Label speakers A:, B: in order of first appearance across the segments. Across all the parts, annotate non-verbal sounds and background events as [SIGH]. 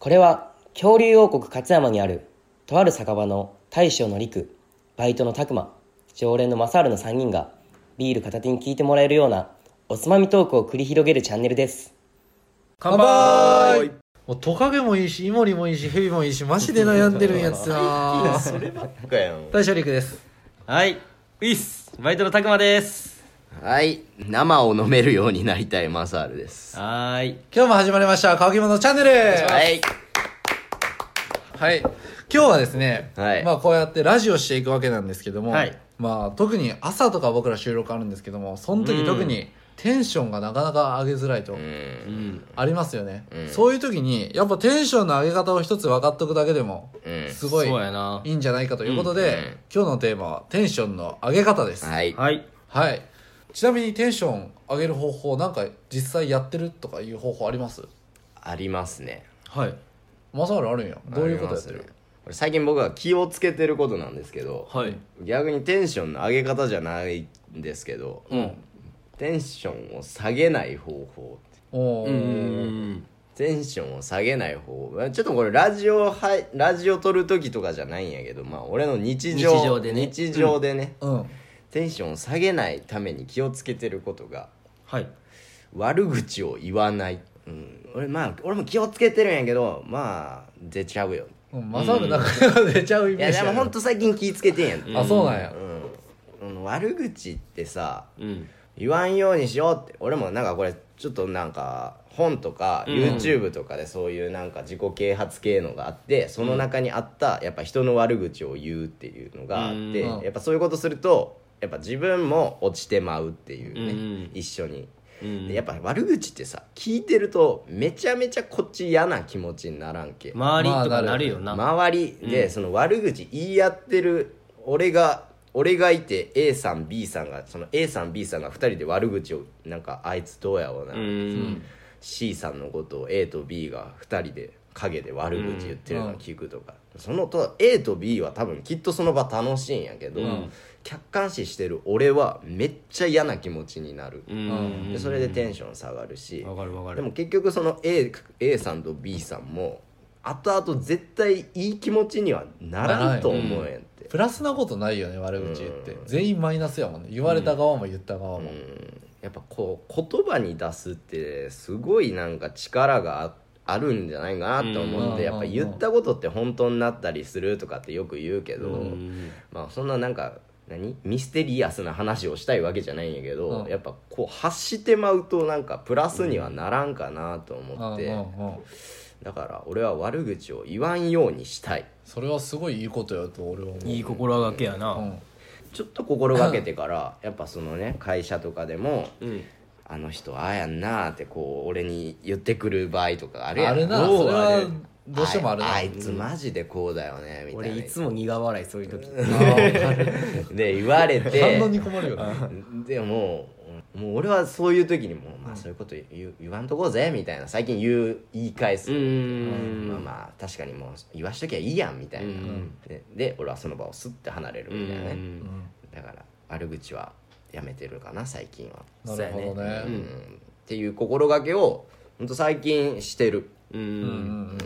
A: これは恐竜王国勝山にあるとある酒場の大将の陸バイトの拓磨常連のマサールの3人がビール片手に聞いてもらえるようなおつまみトークを繰り広げるチャンネルです
B: 乾杯もうトカゲもいいしイモリもいいしヘビもいいしマジで悩んでるんやつな
C: そればっかやん
B: 大将陸です
D: はい。ウィスバイトのたくまです。
C: はい生を飲めるようになりたいマサールです
D: はーい。
B: 今日も始まりました「乾き物チャンネル」
C: はい
B: はい今日はですね、
C: はい
B: まあこうやってラジオしていくわけなんですけども、
D: はい
B: まあ特に朝とか僕ら収録あるんですけどもその時特にテンションがなかなか上げづらいと、
D: うん。
B: ありますよね、そういう時にやっぱテンションの上げ方を一つ分かっとくだけでも
C: うん
B: すごい、
D: そうやない
B: いんじゃないかということで、今日のテーマはテンションの上げ方ですはい、
C: はい
D: はい。
B: ちなみにテンション上げる方法なんか実際やってるとかいう方法あります
C: ありますね
D: はい。
B: マサールあるんやどういうことやって
C: あり
B: る、
C: ますねこれ最近僕は気をつけてることなんですけど、
D: はい。
C: 逆にテンションの上げ方じゃないんですけど、
D: うん。
C: テンションを下げない方法
B: おー
D: うん。
C: テンションを下げない方法ちょっとこれラジオはいラジオ撮る時とかじゃないんやけどまあ俺の日常
D: 日常でね
C: 日常でね
B: うん
C: テンションを下げないために気をつけてることが
D: はい。
C: 悪口を言わない、うん、俺まあ俺も気をつけてるんやけどまあ出ちゃうよ
B: うんマサールなんか出ちゃうイ
C: い
B: メ
C: や
B: ージ
C: でも
B: る
C: ほんと最近気ぃつけてんやん、
B: あそうなんや、
C: うんうん悪口ってさ
D: うん。
C: 言わんようにしようって俺もなんかこれちょっとなんか本とか YouTube とかでそういうなんか自己啓発系のがあってその中にあったやっぱ人の悪口を言うっていうのがあって
B: うん
C: やっぱそういうことするとやっぱ自分も落ちてまうっていう
D: う
C: ね
D: ん
C: 一緒に
D: うん
C: でやっぱ悪口ってさ聞いてるとめちゃめちゃこっち嫌な気持ちにならんけ
D: 周りと
B: まあ
D: か
B: な
D: な
B: る
D: るよな。
C: 周りで、その悪口言い合ってる俺が俺がいて A さん B さんがその A さん B さんが2人で悪口をなんかあいつどうやろうな、
D: うん。
C: C さんのことを A と B が2人で陰で悪口言ってるのを聞くとか、そのと A と B は多分きっとその場楽しいんやけど、客観視してる俺はめっちゃ嫌な気持ちになる、
D: うん。
C: でそれでテンション下がるし、
D: わかるわかる。
C: でも結局その A, A さんと B さんも後々絶対いい気持ちにはならんと思うやんって、
B: プラスなことないよね悪口言って、全員マイナスやもんね言われた側も言った側も、
C: やっぱこう言葉に出すってすごいなんか力がああるんじゃないかなと思って、
B: うん
C: やっぱ言ったことって本当になったりするとかってよく言うけど、
D: うん。
C: まあそんななんか何ミステリアスな話をしたいわけじゃないんやけど、
B: うん
C: やっぱこう発してまうとなんかプラスにはならんかなと思って、
B: うんうんうん
C: だから俺は悪口を言わんようにしたい
B: それはすごいいいことやと俺は思う
D: いい心がけや
B: う
D: な。
B: ん
C: ちょっと心がけてからやっぱそのね会社とかでも
D: うん。
C: あの人ああやんなーってこう俺に言ってくる場合とかあるやん
B: あるな
D: ど
B: そうれ
D: あれ
B: はどうしてもあるな
C: あいつマジでこうだよねみたい
A: 俺
C: ない
A: つも苦笑いそういう時
C: で言われて
B: 反応に困るよね
C: でももう俺はそういう時にもうまあそういうこと言う言わんとこうぜみたいな最近言う言い返す
D: うん
C: まあまあ確かにもう言わしときゃいいやんみたいなでで俺はその場をスッて離れるみたいなねだから悪口はやめてるかな最近は、
B: なるほどね
C: うんっていう心がけをほんと最近してる
D: う
B: うん
D: ん。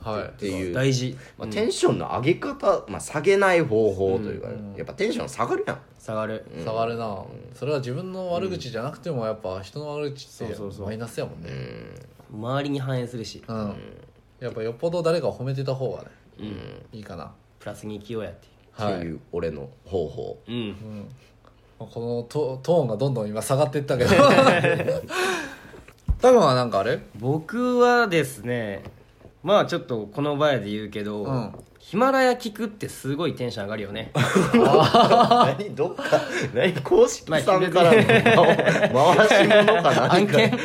B: はい
C: っていう、
D: 大事。
C: まあ、テンションの上げ方、まあ、下げない方法というか、やっぱテンション下がるやん
D: 下がる。
B: 触るなそれは自分の悪口じゃなくてもやっぱ人の悪口って
D: そうそうそう
B: マイナスやもんね
D: 周りに反映するし、
B: うんやっぱよっぽど誰かを褒めてた方がねいいかな
D: プラスに生きようやって。
B: はい
C: っていう俺の方法、
D: うん。
B: このトトーンがどんどん今下がってった [LAUGHS] けど多分はなんかあれ
D: 僕はですね、まあちょっとこの前で言うけど、
B: うん
D: ヒマラヤ聞くってすごいテンション上がるよ [LAUGHS] ね。
C: 何どっか何公式
D: まあ
C: さんからの回し物か何
D: 案
C: か
D: 件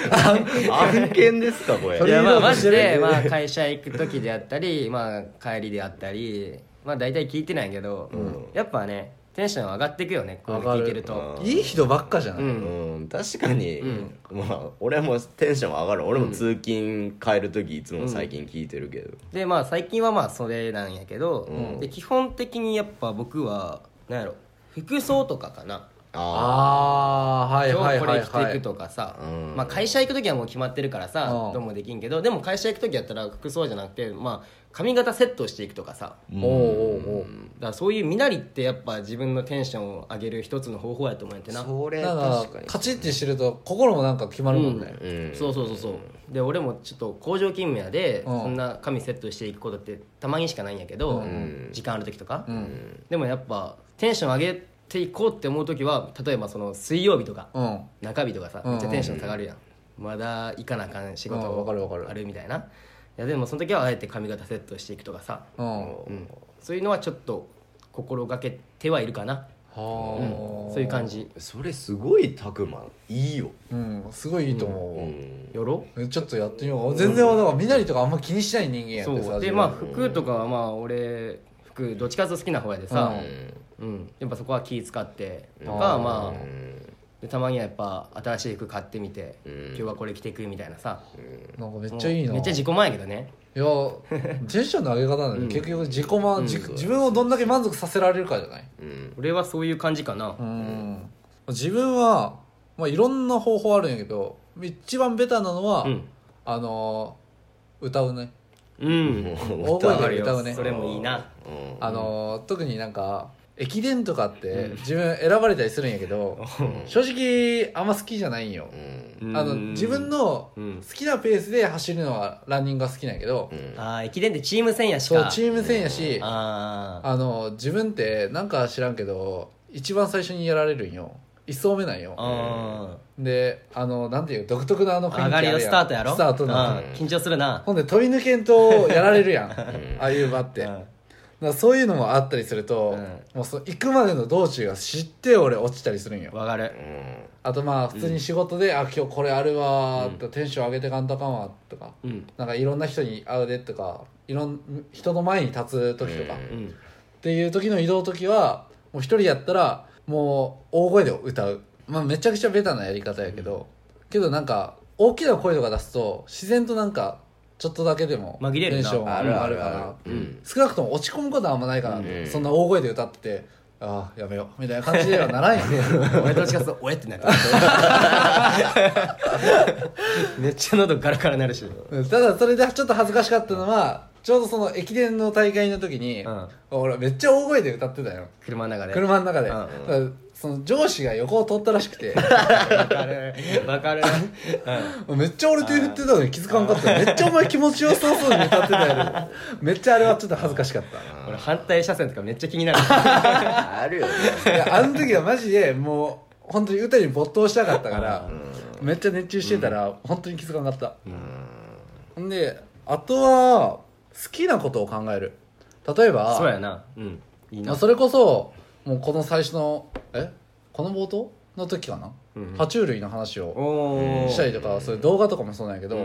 C: 案件ですかこれ
D: いやまあマジ
B: 取り
D: で、
B: 入れよう
D: まあ、会社行く時であったり、まあ、帰りであったりまあ大体聞いてないけど、やっぱねテンション上がってくよねこういうの聞いてると
B: いい人ばっかじゃない、
C: うん、確かに、まあ俺もテンション上がる俺も通勤帰る時いつも最近聞いてるけど、
D: でまあ最近はまあそれなんやけど、で基本的にやっぱ僕はなんやろ服装とかかな
C: あ
B: ああはい
D: 今
B: はい
D: 日こ
B: はい
D: れ着てい
B: は
D: く
B: い
D: とかさ、
C: うん
D: まあ、会社行く時はもう決まってるからさ、
B: うん
D: どうもできんけどでも会社行く時やったら服装じゃなくて、まあ、髪型セットしていくとかさ
B: おうおうおう
D: だからそういう身なりってやっぱ自分のテンションを上げる一つの方法やと思うんやって
C: あ
D: な
C: それ
B: なん
C: 確
B: か
C: かに
B: カチッてしてると心もなんか決まるもんね、
C: うん
D: そうそうそうそうで俺もちょっと工場勤務やで、
B: うん
D: そんな髪セットしていくことってたまにしかないんやけど、
C: ん
D: 時間ある時とか、
B: うん
D: でもやっぱテンション上げていこうって思う時は例えばその水曜日とか
B: うん
D: 中日とかさ
B: うん
D: めっちゃテンション下がるやん、まだ行かなあかん仕事
B: うんわかるわかる
D: あるみたいないやでもその時はあえて髪型セットしていくとかさ、
B: うん
D: うんそういうのはちょっと心がけてはいるかな、
B: はあ
D: そういう感じ
C: それすごいたくまいいよ
B: うんすごいいいと思う、
C: うん
D: よろ
B: えちょっとやってみよう全然だから身なりとかあんま気にしない人間やっ
D: そ
B: てさ
D: うでまあ服とかはまあ俺服どっちかというと好きな方やでさ、うんやっぱそこは気使ってとか
B: あー
D: ま
C: う
D: あ
C: ん
D: でたまにはやっぱ新しい服買ってみて、
C: うん
D: 今日はこれ着ていくみたいなさ
B: なんかめっちゃいいな
D: めっちゃ自己前やけどね
B: いやテンションの上げ方なん
D: う
B: で、
D: ん
B: 結局自己満、自自分をどんだけ満足させられるかじゃない
C: うん
D: 俺はそういう感じかな、
B: うん自分は、まあ、いろんな方法あるんやけど一番ベタなのは、
D: うん
B: あのー歌うね
D: うん
B: 大
D: わか
B: 声
D: る
B: で
D: よ
B: 歌うね
D: それもいいな
C: うん
B: あのー特になんか駅伝とかって自分選ばれたりするんやけど、正直あんま好きじゃないんよ、
C: うん
B: あの自分の
D: う
B: 好
D: ん
B: きなペースで走るのはランニングが好きなんやけど、
C: うん
D: ああ駅伝ってチーム戦やし
B: そ
D: か
B: うチーム戦やし、
D: ああ
B: あの自分ってなんか知らんけど一番最初にやられるんよ一層目なんよ
D: あ
B: であのなんていう独特なあの
D: 上がりのスタートやろ
B: スタートな
D: う
B: の
D: ん緊張するな
B: ほんで飛び抜けんとやられるやん [LAUGHS] ああいう場って、
D: う
B: だか
D: ん
B: らそういうのもあったりする
D: う
B: と、
D: ん
B: もうその行くまでの道中が知って俺落ちたりするんよ
D: わかる
C: [LAUGHS] うん
B: あとまあ普通に仕事で「あ今日これあるわ」とかテンション上げてかんとあかんわ」とか、
D: うん
B: なんかいろんな人に会うでとかいろん人の前に立つ時とか、
C: う
B: [LAUGHS]
C: ん
D: うん
B: っていう時の移動時はもう一人やったらもう大声で歌う、まあ、めちゃくちゃベタなやり方やけど、けどなんか大きな声とか出すと自然となんかちょっとだけでも
D: 紛れるな
B: テンションが
C: あ
B: あ
C: る
B: る
C: あ
B: あ
C: る
B: る
C: ある
B: か
C: う
B: ら
C: ん
B: 少なくとも落ち込むことはあんまないから、
C: ん
B: そんな大声で歌っててああやめようみたいな感じではならんよね
C: [LAUGHS]
D: 俺どっちかすおえって
B: [LAUGHS]
D: なってるめっちゃ喉ガラガラなるし
B: ただそれでちょっと恥ずかしかったのはちょうどその駅伝の大会の時に、
D: うん
B: 俺めっちゃ大声で歌ってたよ
D: 車の中で
B: 車の中で、
D: うん
B: だからその上司が横を通ったらしく [LAUGHS] て
D: わかるわ
B: [LAUGHS]
D: かる
B: めっちゃ俺手振ってたのに気づかんかっためっちゃお前気持ちよさそうに歌ってたよ [LAUGHS] めっちゃあれはちょっと恥ずかしかった
D: 俺反対車線とかめっちゃ気になる
C: あるよね
B: いやあの時はマジでもう本当に歌に没頭したかったからめっちゃ熱中してたら本当に気づかなかった、ほんであとは好きなことを考える例えば
D: そうやなうんいい
B: まあ
D: な
B: それこそもうこの最初のえこの冒頭の時かな、爬虫類の話を
D: おお
B: したりとかそういう動画とかもそうなんやけど、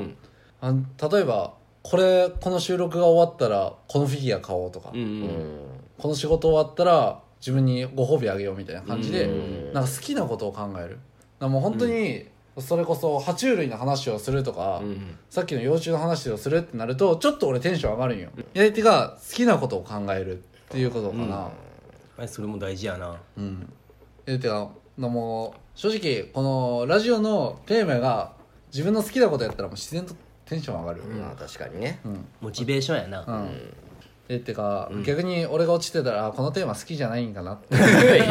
B: あん例えばこれこの収録が終わったらこのフィギュア買おうとか、
D: うんうん
B: この仕事終わったら自分にご褒美あげようみたいな感じで、
C: うん
B: なんか好きなことを考えるだからもう本当にそれこそ爬虫類の話をするとか、
D: うん
B: さっきの幼虫の話をするってなるとちょっと俺テンション上がるんよやり手が好きなことを考えるっていうことかな、
D: あそれも大事やな
B: うん。え、てか、なもう、正直、このラジオのテーマが、自分の好きなことやったら、もう自然とテンション上がる。
C: まあ確かにね
B: うん。
D: モチベーションやな
B: うん。え、てか、逆に俺が落ちてたら、あこのテーマ好きじゃないんかなって。
C: [LAUGHS] い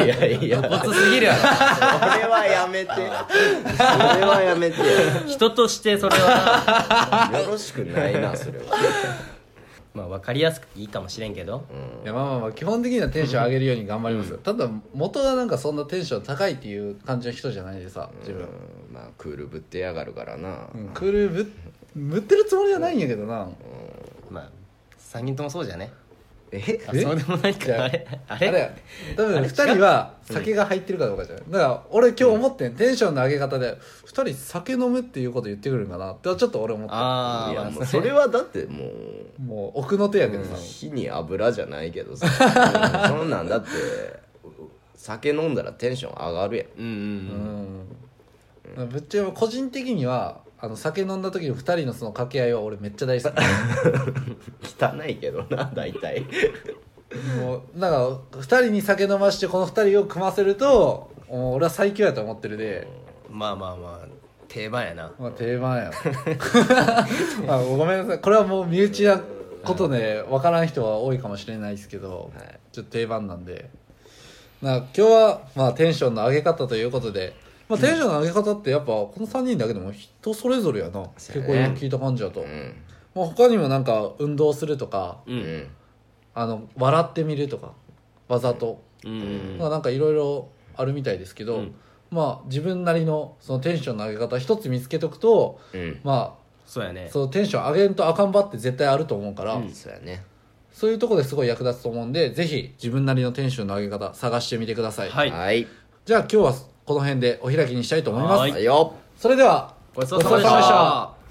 C: やいや
D: 露骨すぎるやろ
C: [LAUGHS] それはやめてそれはやめてよ
D: 人としてそれは
C: ろしくないなそれは
D: まあ分かりやすくていいかもしれんけど
B: いや、まあまあまあ、基本的にはテンション上げるように頑張ります。ただ、元がなんかそんなテンション高いっていう感じの人じゃないでさ、自分。
C: うんまあクールぶってやがるからな
B: うん。クールぶっ、ぶってるつもりはないんやけどな。
D: まあ3人ともそうじゃね
C: え
D: あ
B: え
D: そうでもない
B: じ
D: か
B: ゃあ
D: あれあ
B: あれ
D: れ
B: や多分2人は酒が入ってるかどうかじゃないだから俺今日思ってんテンションの上げ方で2人酒飲むっていうこと言ってくるんかなってちょっと俺思った
D: あ
C: い
D: ーま
C: や
D: あ
C: もうそれはだってもう
B: もう奥の手やけどさ、
C: 火に油じゃないけ [LAUGHS] どさうんそんなんだって酒飲んだらテンション上がるやん
D: うんうん
B: うんぶっちゃけ個人的にはあの酒飲んだ時の2人のその掛け合いは俺めっちゃ大好
D: [LAUGHS]
B: き
C: 汚いけどな大体
B: もうなんか2人に酒飲ましてこの2人を組ませるともう俺は最強やと思ってるで、
D: まあまあまあ定番やな
B: まあ、定番やまあごめんなさいこれはもう身内なことで分からん人は多いかもしれないですけど、
C: はい
B: ちょっと定番なんでな今日はまあテンションの上げ方ということで、まあ、テンションの上げ方ってやっぱこの3人だけでも人それぞれやな、結構今聞いた感じだと、
C: うん
B: まあ、他にもなんか運動するとか
C: うん
B: あの笑ってみるとかわざと、
D: うん
B: まあ、なんかいろいろあるみたいですけど、
D: うん
B: まあ自分なりのそのテンションの上げ方一つ見つけとくと
C: うん
B: ま
D: そうや
B: あ
D: ね
B: そのテンション上げんとあかんばって絶対あると思うから、
C: そうやね
B: そういうとこですごい役立つと思うんでぜひ自分なりのテンションの上げ方探してみてください、
D: はい
C: はい
B: じゃあ今日はこの辺でお開きにしたいと思います、
D: はい
C: はいよ
B: それでは
D: ごちそうさまでした